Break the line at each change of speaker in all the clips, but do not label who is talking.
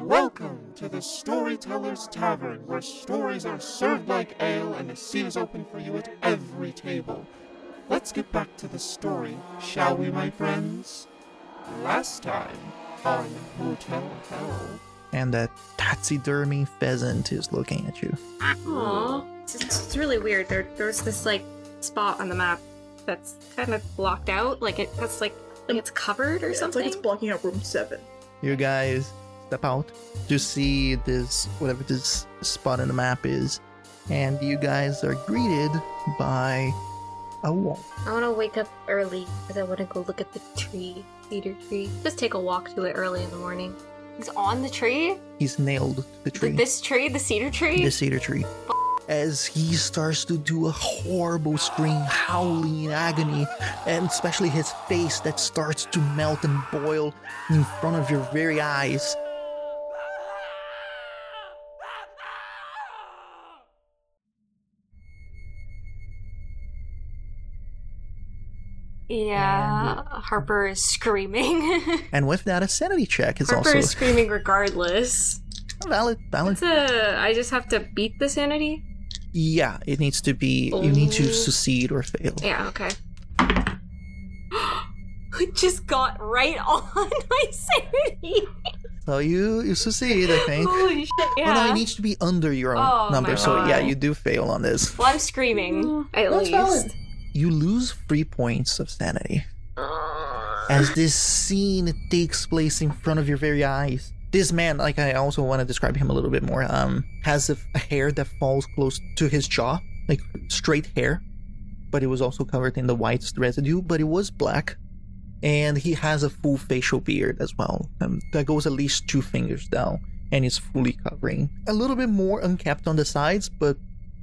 Welcome to the Storyteller's Tavern, where stories are served like ale and a seat is open for you at every table. Let's get back to the story, shall we, my friends? Last time on Hotel Hell.
and a taxidermy pheasant is looking at you.
Aww. It's, it's really weird. There, there's this like spot on the map that's kind of blocked out. Like it that's like like it's covered or
Yeah,
something.
It's like it's blocking out room seven.
You guys step out to see this, whatever this spot on the map is, and you guys are greeted by a wall.
I want to wake up early because I want to go look at the tree, cedar tree. Just take a walk to it early in the morning. He's on the tree?
He's nailed to the tree,
Th- this tree? The cedar tree?
the cedar tree. As he starts to do a horrible scream, howling in agony, and especially his face that starts to melt and boil in front of your very eyes.
yeah. Harper is screaming.
And with that, a sanity check is
Harper
also
is screaming regardless.
valid. Valid.
It's a, I just have to beat the sanity?
Yeah, it needs to be. You need to
Oh.
succeed or fail.
Yeah, okay. Just got right on my sanity.
So you you succeed, I think.
Holy shit! Yeah.
Well, no, it needs to be under your own
Oh,
number.
my
So yeah,
God.
you do fail on this.
Well, I'm screaming at
That's
least.
valid.
You lose three points of sanity as this scene takes place in front of your very eyes. This man, like I also want to describe him a little bit more, um, has a, f- a hair that falls close to his jaw, like straight hair, but it was also covered in the white residue, but it was black. And he has a full facial beard as well, um, that goes at least two fingers down and is fully covering. A little bit more unkept on the sides, but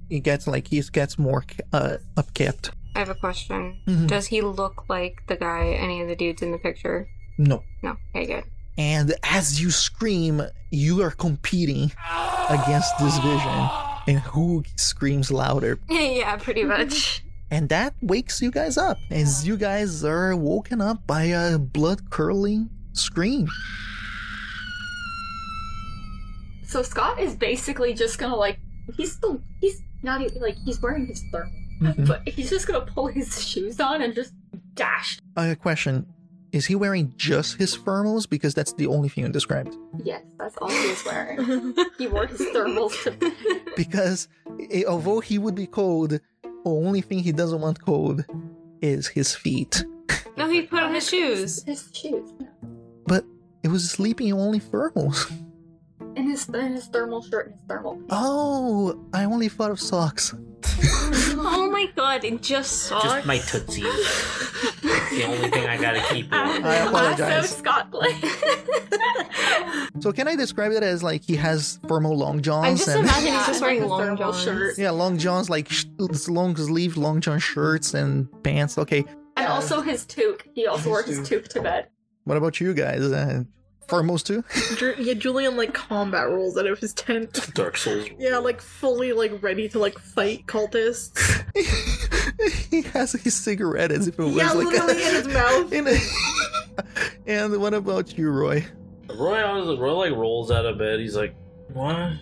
it gets like he gets more uh, upkept.
I have a question.
Mhm.
Does he look like the guy? Any of the dudes in the picture?
No,
No. Okay, good.
And as you scream, you are competing against this vision and who screams louder.
yeah, pretty much.
And that wakes you guys up as you guys are woken up by a blood curling scream.
So Scott is basically just gonna like he's still he's not even like he's wearing his thermal, but he's just gonna pull his shoes on and just dash.
A Uh, question Is he wearing just his thermals? Because that's the only thing you described.
Yes, that's all he was wearing. he wore his thermals to
Because i although he would be cold, only thing he doesn't want cold is his feet.
no, he put on Oh, his shoes.
his shoes
But it was sleeping only thermals.
and his and his thermal shirt and his thermal.
Oh, I only thought of socks.
Oh my god! It just saw.
Just my tootsies. the only thing I gotta keep. warm.
I apologize.
Scott like
So can I describe it as like he has thermal long johns?
I'm just
and-
imagining
Yeah,
he's just
like
wearing
a
long
thermal
johns.
shirt.
yeah, long johns like sh- long sleeve long john shirts and pants. Okay,
and also his toque. He also wore his toque to bed.
what about you guys? Uh, thermals too?
Ju- yeah, Julian like combat rolls out of his tent.
Dark Souls.
Yeah, like fully like ready to like fight cultists.
he has his cigarette as if it was
yeah,
like
literally in his mouth.
in a- and what about you, Roy?
Roy, always- Roy like rolls out of bed. He's like, "What?"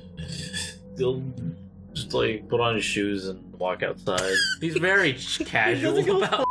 He'll just like put on his shoes and walk outside. He's very casual
He doesn't go
about.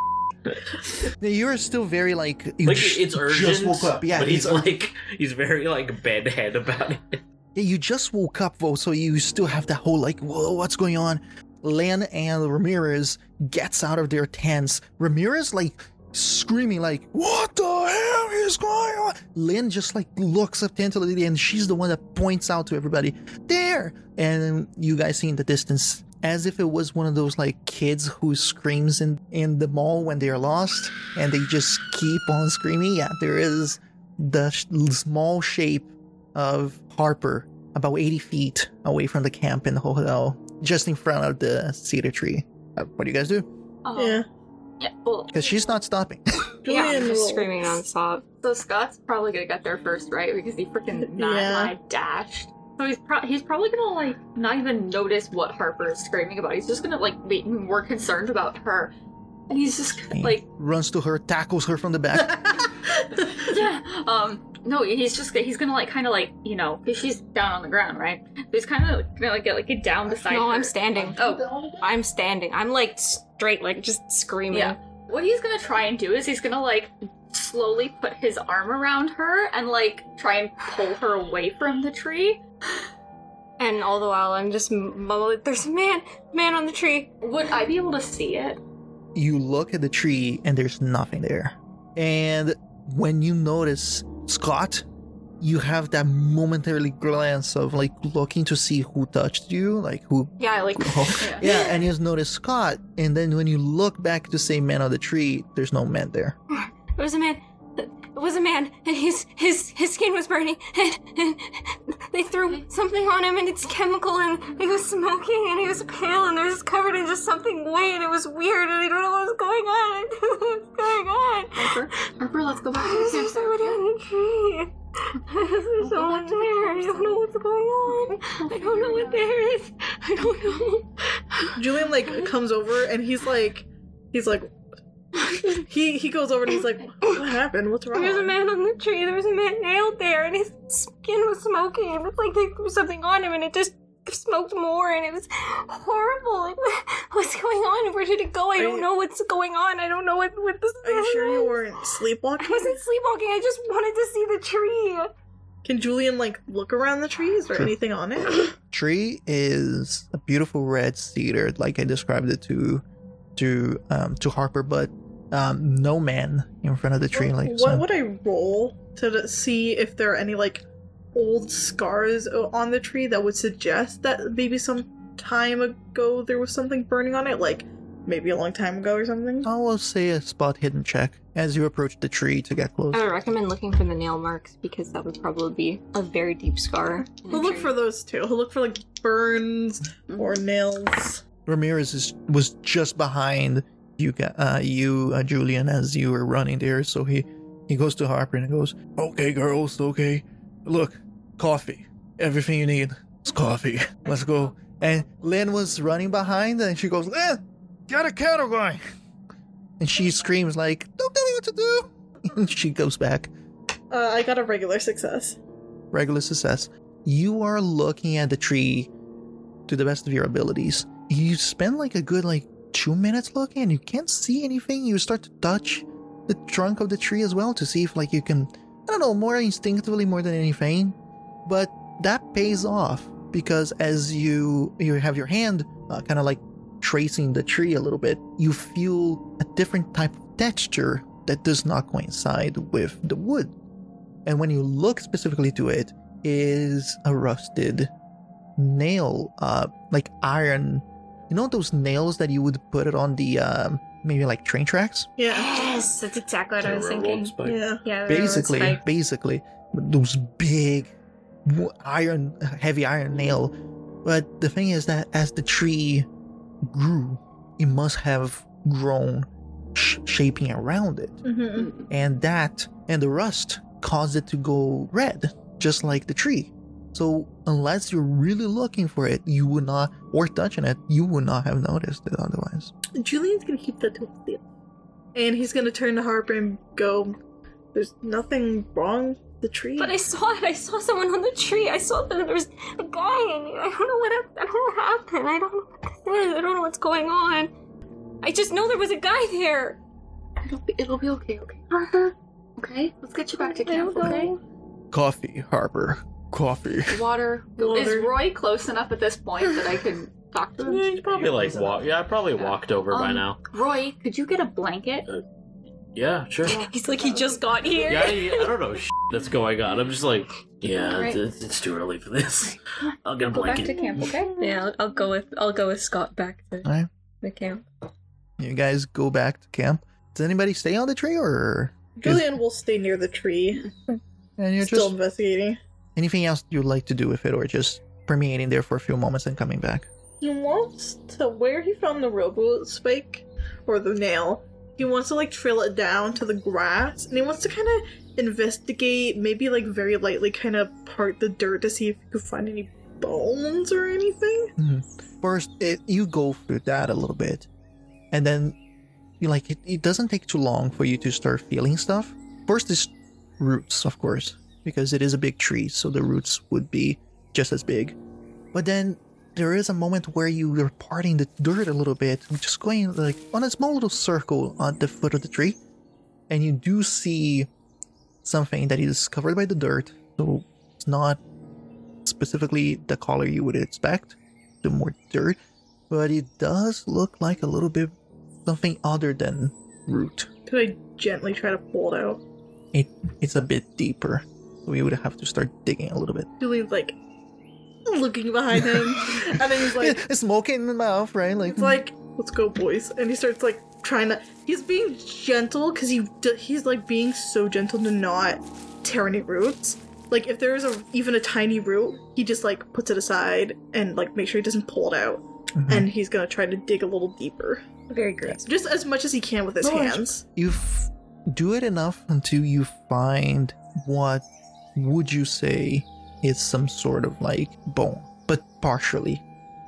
You're still very like you
Like
j-
it's urgent.
Just woke up. Yeah,
but
it's
he's
ur-
like he's very like bedhead about it.
Yeah, you just woke up though, so you still have that whole like, whoa, what's going on? Len and Ramirez gets out of their tents. Ramirez like screaming like, what the hell is going on? Lynn just like looks up tentatively and she's the one that points out to everybody, there! And you guys see in the distance, as if it was one of those like kids who screams in, in the mall when they are lost and they just keep on screaming. Yeah, there is the sh- small shape of Harper about 80 feet away from the camp in the hotel, just in front of the cedar tree. Uh, what do you guys do?
Oh,
Yeah,
yeah. Well,
Because she's not stopping.
Yeah,
Julian
just
rolls.
screaming nonstop.
So Scott's probably gonna get there first, right? Because he freaking did not
Yeah.
lie dashed. So he's pro- he's probably gonna like not even notice what Harper is screaming about. He's just gonna like be more concerned about her, and he's just gonna, like
runs to her, tackles her from the back.
yeah. Um, No, he's just he's gonna like kind of like you know 'cause she's down on the ground, right? So he's kind of gonna like get like get down beside.
No,
her.
I'm standing.
Oh,
I'm standing. I'm like straight, like just screaming.
yeah. What he's gonna try and do is he's gonna like slowly put his arm around her and like try and pull her away from the tree.
And all the while, I'm just m- m- there's a man, man on the tree.
Would I be able to see it?
you look at the tree and there's nothing there. And when you notice Scott, you have that momentarily glance of like looking to see who touched you, like who.
Yeah, I, like
Yeah.
Yeah, and you just notice Scott. And then when you look back to say man on the tree, there's no man there.
it was a man. It was a man, and his his his skin was burning, and, and they threw something on him, and it's chemical, and he was smoking, and he was pale, and he was covered in just something white, and it was weird, and I don't know what was going on. I don't know what was going on.
Harper, Harper, let's go back to the
There's just somebody
campsite.
on the tree. There's someone there. I don't know what's going on. I don't know what there is. I don't know.
Julian like comes over and he's like, he's like, he he goes over and he's like, what happened? What's wrong?
There was a man on the tree. There was a man nailed there, and his skin was smoking. It was like they threw something on him, and it just smoked more, and it was horrible. It was- what's going on? Where did it go? I
Are
don't
you-
know what's going on. I don't know what what this
Are you sure you
is.
weren't
I
sleepwalking?
wasn't sleepwalking. I just wanted to see the tree.
Can Julian like look around the trees or
Sure.
anything on it?
Tree is a beautiful red cedar, like I described it to, to um to Harper, but um no man in front of the tree, like
what
so.
would I roll to d- see if there are any like old scars o- on the tree that would suggest that maybe some time ago there was something burning on it, like maybe a long time ago or something?
I will say a spot hidden check as you approach the tree to get close.
would recommend looking for the nail marks because that would probably be a very deep scar.
He'll look for those too. He'll look for like burns or nails.
Ramirez is, was just behind you, ga- uh, you uh, Julian, as you were running there. So he, he goes to Harper and goes, "Okay, girls, okay. Look, coffee. Everything you need is coffee. Let's go." And Lynn was running behind, and she goes, "Lynn, get a kettle going!" And she screams like, "Don't tell me what to do!" And she goes back.
Uh, I got a regular success.
regular success. You are looking at the tree to the best of your abilities. You spend like a good like two minutes looking and you can't see anything. You start to touch the trunk of the tree as well to see if like you can I don't know, more instinctively more than anything. But that pays off because as you you have your hand uh, kind of like tracing the tree a little bit, you feel a different type of texture that does not coincide with the wood and when you look specifically to it is a rusted nail uh like iron you know those nails that you would put it on the um maybe like train tracks
Yeah.
Yes, that's exactly what I was
Railroad
thinking.
spike.
Yeah.
Yeah,
basically basically those big w- iron heavy iron nail but the thing is that as the tree grew it must have grown sh- shaping around it
Mm-hmm.
and that and the rust caused it to go red, just like the tree. So unless you're really looking for it, you would not, or touching it, you would not have noticed it otherwise.
Julian's gonna keep that to himself. And he's gonna turn to Harper and go, There's nothing wrong with the tree.
But I saw it. I saw someone on the tree. I saw that there was a guy in it. I don't know what hap- I don't know what happened. I don't know what this is. I don't know what's going on. I just know there was a guy there.
It'll be, it'll be okay. Okay, Harper. Okay, let's get you back to camp. Okay.
Coffee, Harper. Coffee.
Water. Is
Water.
Roy close enough at this point that I can talk to him?
he's probably
I like walk. Yeah, I probably
Yeah.
walked over by
Um,
now.
Roy, could you get a blanket?
Yeah, sure.
He's like he just got here.
Yeah, I, I don't know shit that's going on. I'm just like, yeah,
Alright.
it's, it's too early for this. I'll get a
Go back to
blanket.
camp. Okay.
Yeah, I'll, I'll go with I'll go with Scott back to
Alright.
the camp.
You guys go back to camp. Does anybody stay on the tree or?
Julian will stay near the tree,
And you're
still
just
investigating.
anything else you'd like to do with it, or just permeating there for a few moments and coming back.
He wants to where he found the robo spike or the nail. He wants to like trail it down to the grass, and he wants to kind of investigate, maybe like very lightly, kind of part the dirt to see if he could find any bones or anything.
first it, you go through that a little bit and then you like it, it doesn't take too long for you to start feeling stuff first is roots of course because it is a big tree, so the roots would be just as big. But then there is a moment where you are parting the dirt a little bit, just going like on a small little circle at the foot of the tree, and you do see something that is covered by the dirt, so it's not specifically the color you would expect, the more dirt, but it does look like a little bit something other than root.
Could I gently try to pull it out?
It's a bit deeper, so we would have to start digging a little bit.
Julie's like looking behind him, and then he's like,
it's smoking in the mouth, right? Like,
It's like, let's go, boys. And he starts like trying to. He's being gentle because he d- he's like being so gentle to not tear any roots. Like if there is a even a tiny root, he just like puts it aside and like make sure he doesn't pull it out.
Mhm.
And he's gonna try to dig a little deeper,
Very great.
So just as much as he can with his
No, it's-
hands.
you f- do it enough until you find what would you say is some sort of like bone, but partially,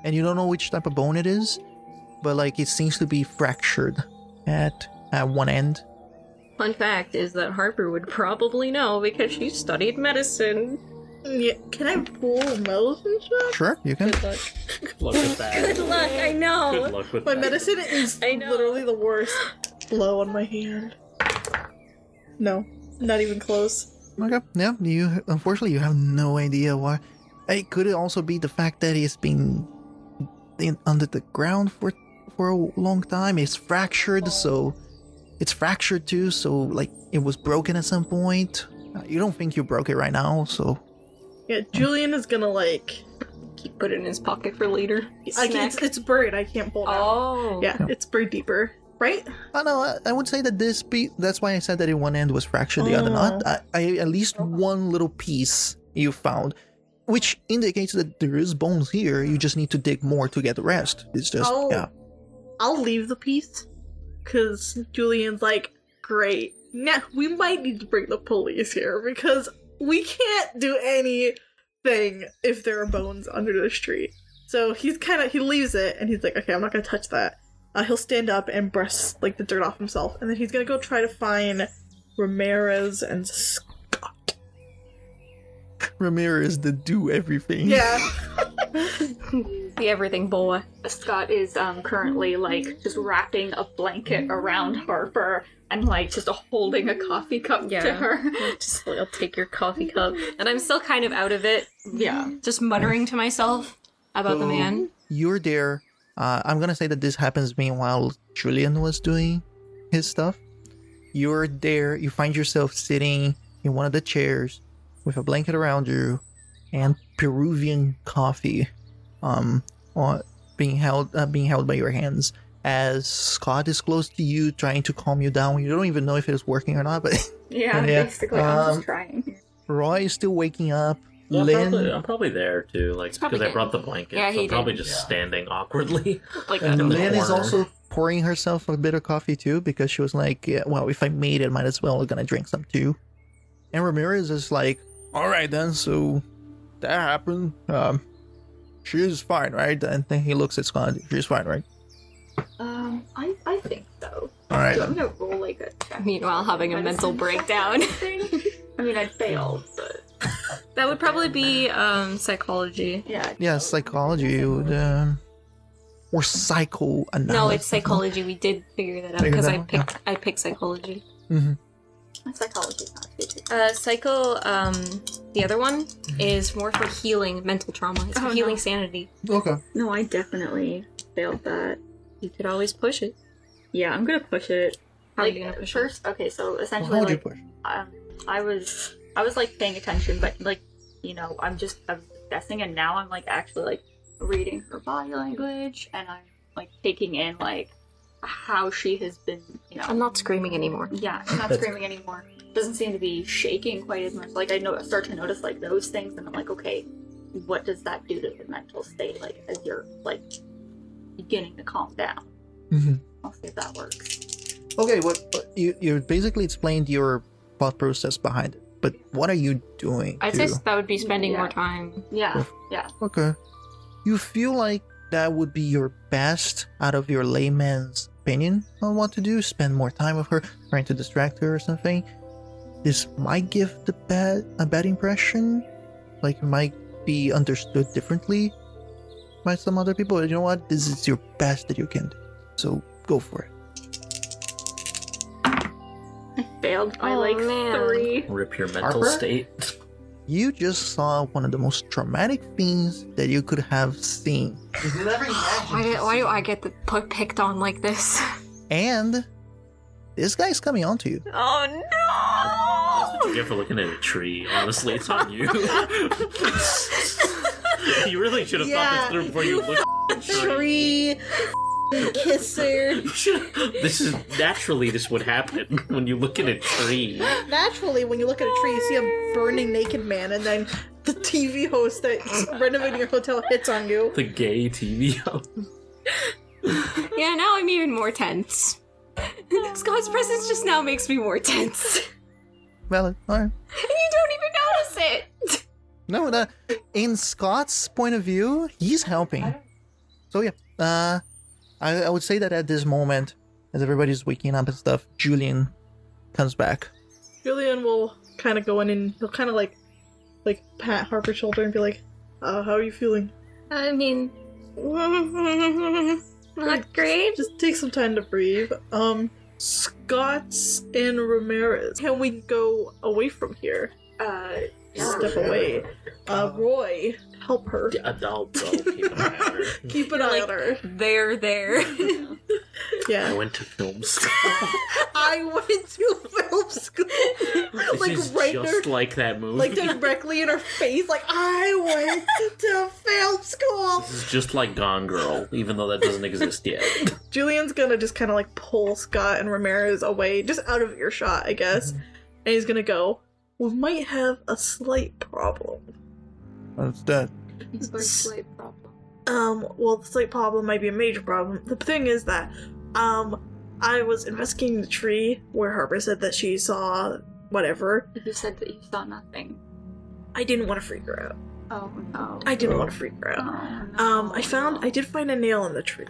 and you don't know which type of bone it is, but like it seems to be fractured at at one end.
Fun fact is that Harper would probably know because she studied medicine.
Yeah, can I pull medicine check?
Sure, you can.
Good luck.
Look at that.
Good luck, I know.
Good luck with
My
that.
medicine is
I know.
literally the worst. Blow on my hand. No, not even close.
Okay. Yeah. You unfortunately you have no idea why. It could also be the fact that it's been in, under the ground for for a long time. It's fractured, so it's fractured too. So like it was broken at some point. Uh, You don't think you broke it right now, so
Yeah, Julian is gonna like
Keep put it in his pocket for later.
I can, it's, it's buried. I can't pull it out.
Oh.
Yeah, it's buried deeper, right?
I know. I, I would say that this piece. That's why I said that in one end was fractured, the other not. I, I at least one little piece you found, which indicates that there is bones here. You just need to dig more to get the rest. It's just
Oh.
yeah.
I'll leave the piece because Julian's like, great. Now we might need to bring the police here because we can't do anything if there are bones under the street. So he's kind of he leaves it and he's like, okay, I'm not gonna touch that. Uh, he'll stand up and brush like the dirt off himself, and then he's gonna go try to find Ramirez and Scott.
Ramirez the do everything.
Yeah,
The everything boa.
Scott is um currently
Mm-hmm.
like just wrapping a blanket around Harper and like just holding a coffee cup to
Yeah.
her.
Just like, I'll take your coffee cup. And I'm still kind of out of it,
yeah.
just muttering to myself about the man.
You're there. Uh, I'm gonna say that this happens meanwhile Julian was doing his stuff. You're there. You find yourself sitting in one of the chairs with a blanket around you and Peruvian coffee, um, on, being held uh, being held by your hands. As Scott is close to you, trying to calm you down. You don't even know if it is working or not. But
Yeah,
Yeah.
basically I'm
Um,
just trying.
Roy is still waking up.
Well, I'm,
Lynn,
probably, I'm probably there too, like
probably
because I
him.
brought the blanket.
Yeah,
so
he
I'm probably
did.
just standing awkwardly.
Like,
And
in the
Lynn is
corner.
also pouring herself a bit of coffee too because she was like, yeah, well, if I made it, might as well gonna drink some too. And Ramirez is like, all right then, so that happened. Um, she's fine, right? And then he looks at Scott. She's fine, right?
Um I I think so.
All right.
So I'm
then."
gonna roll like a check.
meanwhile, having a mental breakdown.
I mean I failed, but
that would probably be um, psychology.
yeah.
Yeah, psychology would, um, or psycho
No, it's psychology. We did figure that out
Figure
because
that
I
out, yeah.
picked I picked psychology.
hmm
Psychology is not good.
Uh, psycho. Um, the other one is more for healing mental trauma. It's for
Oh, no.
healing sanity.
Okay.
No, I definitely failed that.
You could always push it.
Yeah, I'm gonna push it.
How
like,
are you gonna push
first, okay, so
Well,
essentially,
how would you
like,
push?
um, I was, I was like paying attention, but like, you know, I'm just, I'm guessing, and now I'm like actually like reading her body language, and I'm like taking in like how she has been, you
it? I'm
know,
not screaming anymore.
yeah, she's not screaming anymore. Doesn't seem to be shaking quite as much. Like I know, start to notice like those things, and I'm like, okay, what does that do to the mental state? Like as you're like beginning to calm down.
Mhm.
I'll see if that works.
Okay, what, what you you basically explained your thought process behind it, but what are you doing?
I'd
to-
say that would be spending more
Yeah.
time.
Yeah, yeah.
Okay. You feel like that would be your best out of your layman's opinion on what to do? Spend more time with her, trying to distract her or something? this might give the bad a bad impression. Like it might be understood differently by some other people. But you know what? This is your best that you can do. So go for it.
I failed by
Oh,
like
man.
three.
Rip your mental
Harper?
state.
You just saw one of the most traumatic things that you could have seen.
Why, do- why do I get to put picked on like this?
And this guy's coming on to you.
Oh
You ever looking at a tree? Honestly, it's on you. you really should have
Yeah,
thought this through before you,
you
looked at the
Tree, kisser.
You should- this is naturally this would happen when you look at a tree.
Naturally, when you look at a tree, you see a burning naked man, and then the TV host that's renovating your hotel hits on you.
The gay TV. host.
Yeah, now I'm even more tense. Scott's presence just now makes me more tense.
Valid. All right.
And you don't even notice it!
No, that in Scott's point of view, he's helping. So yeah, uh, I, I would say that at this moment, as everybody's waking up and stuff, Julian comes back.
Julian will kind of go in and he'll kind of like, like pat Harper's shoulder and be like, uh, "How are you feeling?
I mean, not great.
Just take some time to breathe." Um, Scott's and Ramirez. Can we go away from here?
Uh,
Step away. Uh, Roy, help her.
Adult. I
Keep an eye on her.
There, there.
Yeah.
went to film school.
I went to film school.
This
like
is
right
just
there,
like that movie.
like directly in her face. Like I went to film school.
this is just like Gone Girl, even though that doesn't exist yet.
Julian's gonna just kind of like pull Scott and Ramirez away, just out of earshot, I guess.
Mm-hmm.
And he's gonna go. We might have a slight problem.
That's that.
Um, well, the slight problem might be a major problem. The thing is that, um, I was investigating the tree where Harper said that she saw whatever.
You said that you saw nothing.
I didn't want to freak her out.
Oh no.
I didn't want to freak her out.
Oh, no.
Um, I found I did find a nail in the tree,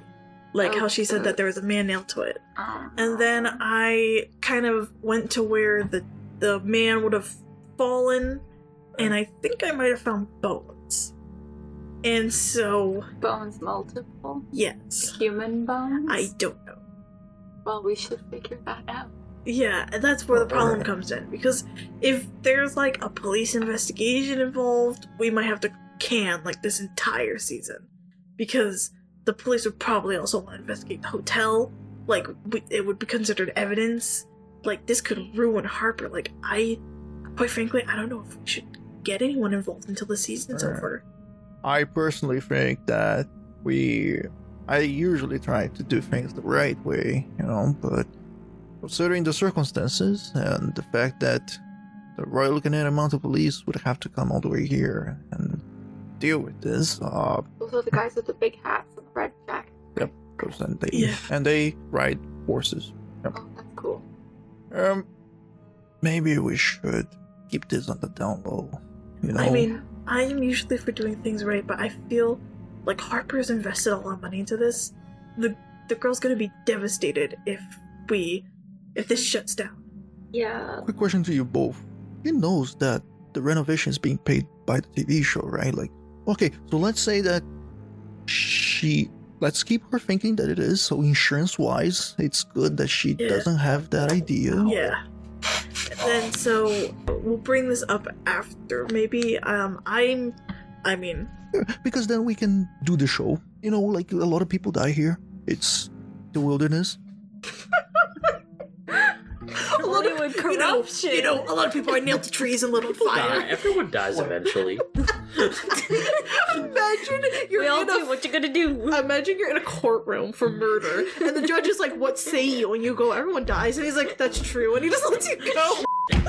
like how she said that there was a man nailed to it.
Oh,
And then I kind of went to where the the man would have fallen, and I think I might have found bones. And so,
bones multiple.
yes,
Human bones.
I don't know.
Well, we should figure that out.
Yeah, and that's where the problem comes in because if there's like a police investigation involved, we might have to can like this entire season because the police would probably also want to investigate the hotel. Like we, it would be considered evidence. Like this could ruin Harper. Like I, quite frankly, I don't know if we should get anyone involved until the season's
Right.
over.
I personally think that we. I usually try to do things the right way, you know, but considering the circumstances and the fact that the Royal Canadian Mounted Police would have to come all the way here and deal with this, uh,
Also, the guys with the big hats and the red jacket.
course, and they
Yeah.
and they ride horses.
Oh, that's cool.
Um, maybe we should keep this on the down low. You know,
I mean, I am usually for doing things right, but I feel like Harper's invested a lot of money into this. The the girl's gonna be devastated if we if this shuts down.
Yeah.
quick question to you both: You knows that the renovation is being paid by the TV show, right? Like, okay, so let's say that she. Let's keep her thinking that it is. So insurance-wise, it's good that she
Yeah.
doesn't have that idea.
Yeah. And then so we'll bring this up after. Maybe um I'm I mean
because then we can do the show. You know, like a lot of people die here. It's the wilderness.
a lot of-
Hollywood
you know,
corruption.
you know, a lot of people are nailed to trees and lit on
Die.
fire.
Everyone dies eventually.
Imagine you're
We all
in a
do what you gonna do.
Imagine you're in a courtroom for murder, and the judge is like, "What say you?" And you go, "Everyone dies," and he's like, "That's true," and he just lets you go.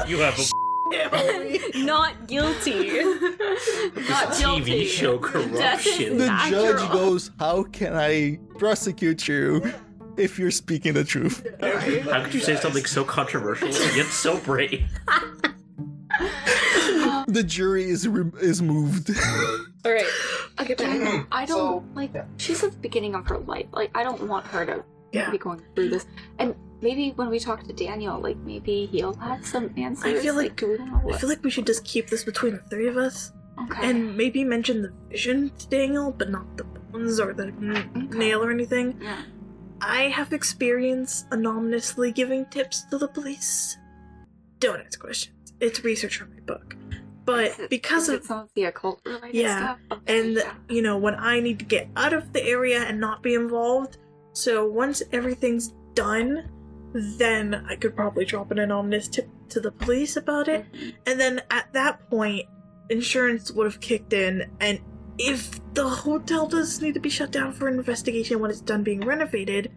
You have a
Not guilty. Not
TV
guilty.
show corruption.
The
Natural.
judge goes, How can I prosecute you if you're speaking the truth?
How could you say something so controversial and yet so brave?
The jury is re- is moved.
All right.
Okay, but I, I don't like. She's at the beginning of her life. Like, I don't want her to
Yeah.
be going through this. And maybe when we talk to Daniel, like maybe he'll have some answers.
feel like-
do we know
I
what-
feel like we should just keep this between the three of us
okay.
and maybe mention the vision to Daniel, but not the bones or the n-
Okay.
nail or anything.
yeah.
I have experience anonymously giving tips to the police. Don't ask questions. It's research from my book.
Is
But
it-
because
is
of
it some of the occult related
Yeah,
stuff, Okay,
and
yeah.
you know when i need to get out of the area and not be involved so once everything's done then i could probably drop an anonymous tip to the police about it and then at that point insurance would have kicked in and if the hotel does need to be shut down for an investigation when it's done being renovated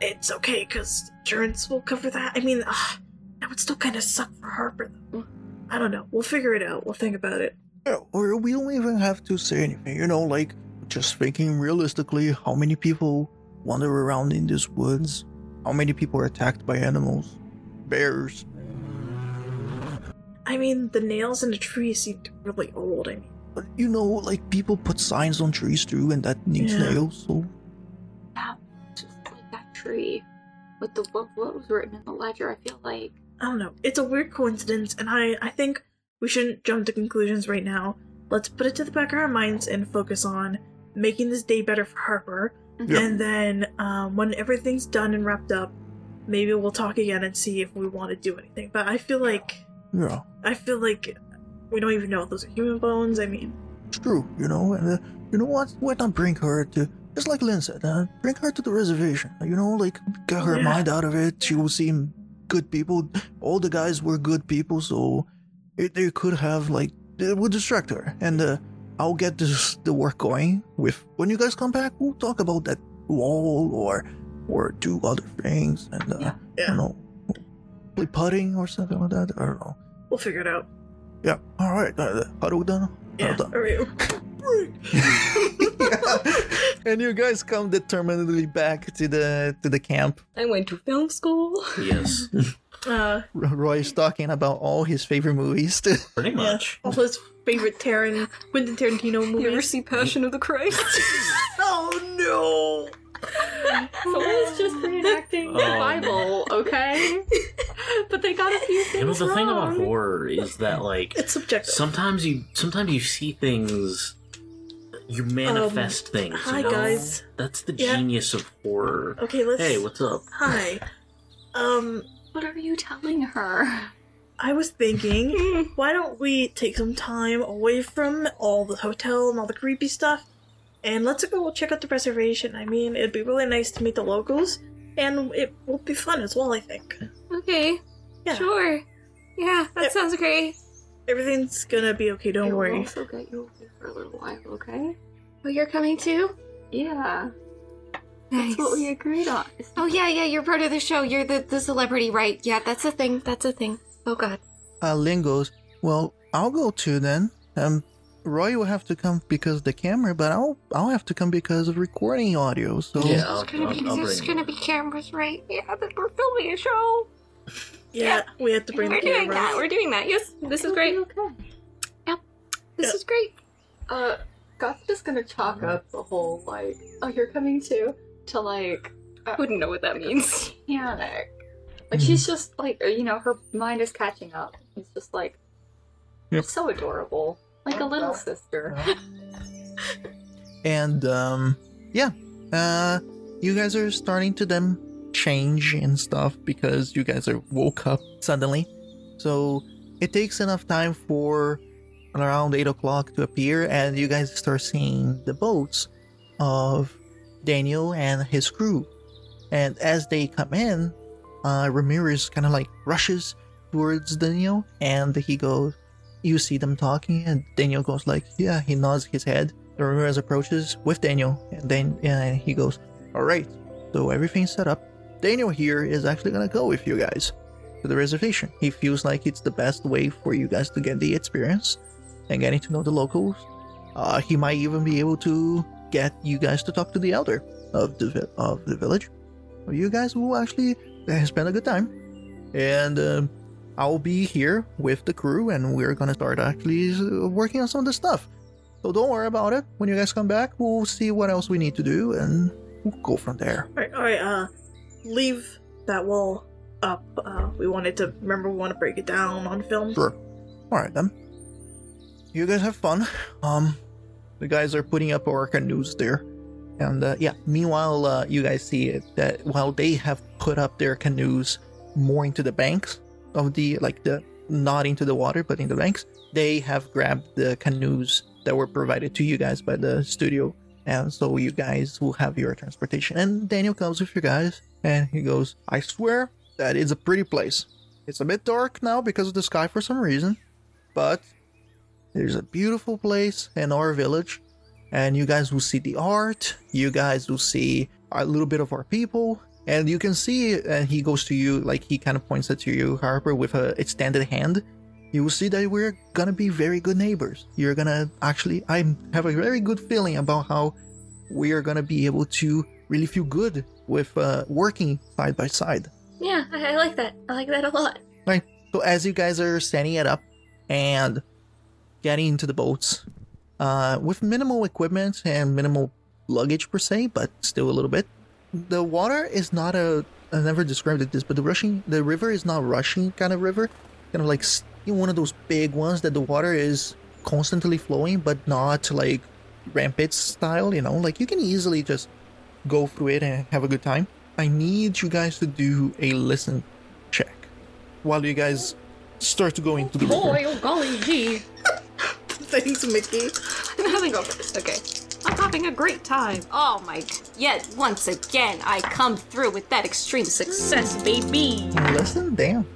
it's okay because insurance will cover that i mean ugh, that would still kind of suck for harper though i don't know we'll figure it out we'll think about it
Yeah, or we don't even have to say anything, you know, like just thinking realistically, how many people wander around in these woods? How many people are attacked by animals? Bears.
I mean, the nails in the tree seemed really old. I mean,
But, You know, like people put signs on trees too, and that needs
Yeah.
nails, so
that just like um, that tree with the what, what was written in the ledger. I feel like
I don't know. It's a weird coincidence, and I, I think we shouldn't jump to conclusions right now. Let's put it to the back of our minds and focus on making this day better for Harper.
Yeah.
And then um, when everything's done and wrapped up, maybe we'll talk again and see if we want to do anything. But I feel like
yeah,
I feel like we don't even know if those are human bones. I mean,
it's true, you know. And uh, you know what? Why not bring her to, just like Lynn said, uh, bring her to the reservation, you know, like get her
Yeah.
mind out of it. She will seem good people. All the guys were good people, so it, they could have, like, it would distract her. And uh, I'll get this, the work going with when you guys come back, we'll talk about that wall or or do other things and, uh,
Yeah.
you know, play putting or something like that. I don't know.
we'll figure it out.
Yeah. All right. Uh, how do we done?
Yeah.
Well done.
All right.
and you guys come determinedly back to the to the camp.
I went to film school.
Yes,
Uh,
R- Roy's talking about all his favorite movies. too.
pretty much.
all his favorite Taran Quentin Tarantino
You ever
movies.
see Passion of the Christ?
Oh no!
so it's just reenacting the
Um.
Bible, okay? but they got a few
You know,
things
the thing about
wrong.
horror is that like
It's subjective.
sometimes you sometimes you see things you manifest things you
Hi
know?
guys.
that's the
Yeah.
genius of horror
Okay, let's.
hey what's up
Hi. Um,
what are you telling her?
I was thinking, why don't we take some time away from all the hotel and all the creepy stuff, and let's go check out the reservation. I mean, it'd be really nice to meet the locals, and it will be fun as well. I think
Okay.
Yeah.
Sure. Yeah, that
Yeah.
sounds great.
everything's gonna be okay. Don't
I will
worry.
also get you away for a little while, okay?
Oh, you're coming too?
Yeah,
Nice.
that's what we agreed on. It's
Oh yeah, yeah, you're part of the show. You're the, the celebrity, right? Yeah, that's a thing. That's a thing. Oh god.
Uh, Lynn goes, "Well, I'll go too then. Um, Roy will have to come because of the camera, but I'll I'll have to come because of recording audio. So
yeah i'll,
It's gonna be
I'll- I'll
there's
bring
gonna be cameras, right? Yeah, but we're filming a show.
Yeah, we have to bring
We're
the
doing that.
camera.
We're doing that. Yes, this is
It'll
great.
be Okay.
This
Yeah.
is great.
Uh, God's just gonna chalk
Uh-huh.
up the whole like, oh, you're coming too, to like uh,
Wouldn't know what that means. Hmm.
panic. Like she's just like uh, you know her mind is catching up. It's just like
Yep.
so adorable, like a little sister.
and um, yeah, uh, you guys are starting to them change and stuff because you guys are woke up suddenly. So it takes enough time for around eight o'clock to appear, and you guys start seeing the boats of Daniel and his crew. And as they come in, uh, Ramirez kind of like rushes towards Daniel, and he goes. You see them talking, and Daniel goes like, "Yeah." He nods his head. Ramirez approaches with Daniel, and then and he goes, "All right, so everything's set up. Daniel here is actually gonna go with you guys to the reservation. He feels like it's the best way for you guys to get the experience and getting to know the locals. Uh, he might even be able to get you guys to talk to the elder of the vi- of the village. So you guys will actually uh, spend a good time, and." um I'll be here with the crew, and we're gonna start actually uh, working on some of the stuff. So don't worry about it. When you guys come back, we'll see what else we need to do and we'll go from there.
All right, all right. Uh, leave that wall up. Uh, we wanted to remember we want to break it down on film.
Sure. All right then. You guys have fun. Um, the guys are putting up our canoes there, and uh, yeah. Meanwhile, uh, you guys see it, that while they have put up their canoes more into the banks of the like the not into the water but in the banks, they have grabbed the canoes that were provided to you guys by the studio, and so you guys will have your transportation. And Daniel comes with you guys, and he goes, "I swear that is a pretty place." It's a bit dark now because of the sky for some reason, but there's a beautiful place in our village, and you guys will see the art. You guys will see a little bit of our people, and you can see. And he goes to you, like he kind of points it to you, Harper, with a extended hand. You will see that we're gonna be very good neighbors. You're gonna actually, I have a very good feeling about how we are gonna be able to really feel good with uh, working side by side.
Yeah, I, I like that. I like that a lot.
So as you guys are standing it up and getting into the boats, uh, with minimal equipment and minimal luggage per se, but still a little bit, the water is not a. I never described it this, but the rushing, the river is not rushing kind of river, kind of like s- you know, one of those big ones that the water is constantly flowing, but not like rampant style. You know, like you can easily just go through it and have a good time. I need you guys to do a listen check while you guys start to go into the river.
oh golly gee.
Thanks, Mickey.
I'm gonna go first. Okay.
I'm having a great time.
Oh my. g- Yet once again, I come through with that extreme success, baby.
Listen, damn.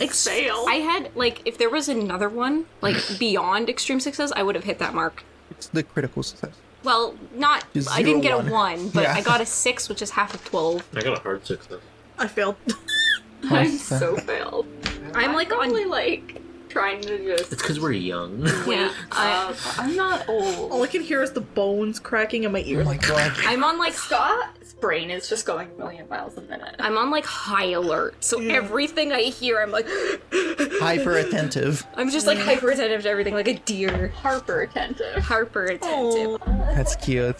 Exhale.
I had like if there was another one like beyond extreme success, I would have hit that mark.
It's the critical success.
Well, not
Just
I didn't
zero
get a
one.
one, but
Yeah.
I got a six, which is half of twelve.
I got a hard success.
I failed.
I'm so failed.
I'm like on.
Only like trying to just.
It's because we're young.
Yeah, I,
Uh, I'm not old.
Oh,
All I can hear is the bones cracking in my ears.
Oh god.
I'm on like
Scott's brain is just going a million miles a minute.
I'm on like high alert, so everything I hear, I'm like,
Hyper attentive.
I'm just like hyper attentive to everything, like a deer. Oh.
Harper attentive.
Harper attentive.
That's cute.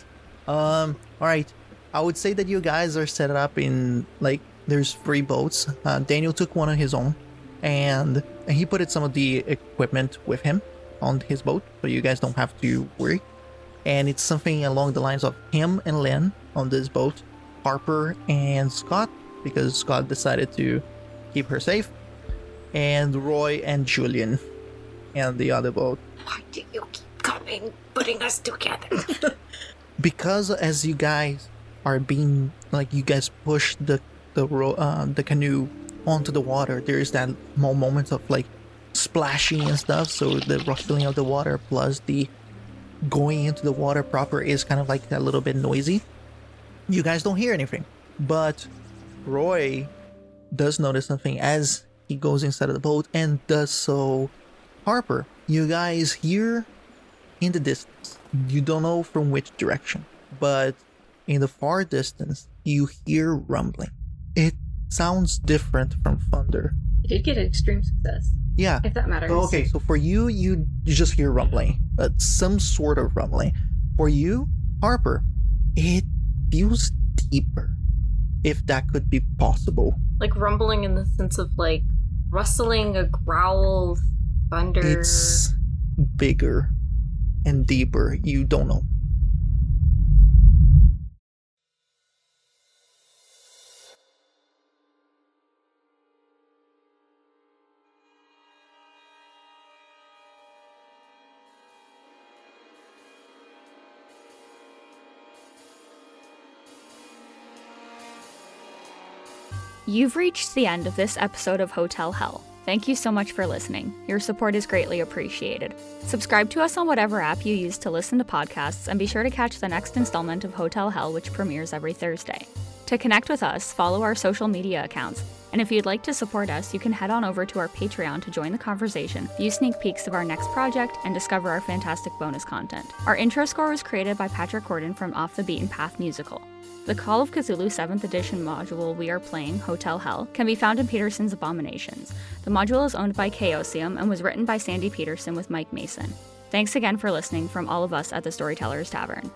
Um, all right. I would say that you guys are set up in like there's three boats. Uh, Daniel took one on his own, and, and he put in some of the equipment with him on his boat, so you guys don't have to worry. And it's something along the lines of him and Lynn on this boat, Harper and Scott, because Scott decided to keep her safe, and Roy and Julian, and the other boat.
Why do you keep coming, putting us together?
because as you guys are being like you guys push the the ro- uh, the canoe onto the water there is that small moment of like splashing and stuff so the rustling of the water plus the going into the water proper is kind of like a little bit noisy you guys don't hear anything but roy does notice something as he goes inside of the boat and does so harper you guys hear in the distance. You don't know from which direction, but in the far distance, you hear rumbling. It sounds different from thunder.
I did get an extreme success,
Yeah. Oh,
if that matters.
Okay, so for you, you you just hear rumbling, uh, some sort of rumbling. For you, Harper, it feels deeper, if that could be possible.
Like rumbling in the sense of like rustling, a growl, thunder.
It's bigger and deeper. You don't know.
You've reached the end of this episode of Hotel Hell. Thank you so much for listening. Your support is greatly appreciated. Subscribe to us on whatever app you use to listen to podcasts and be sure to catch the next installment of Hotel Hell, which premieres every Thursday. To connect with us, follow our social media accounts. And if you'd like to support us, you can head on over to our Patreon to join the conversation, view sneak peeks of our next project, and discover our fantastic bonus content. Our intro score was created by Patrick Gordon from Off the Beaten Path Musical. The Call of Cthulhu 7th edition module we are playing, Hotel Hell, can be found in Peterson's Abominations. The module is owned by Chaosium and was written by Sandy Peterson with Mike Mason. Thanks again for listening from all of us at the Storytellers Tavern.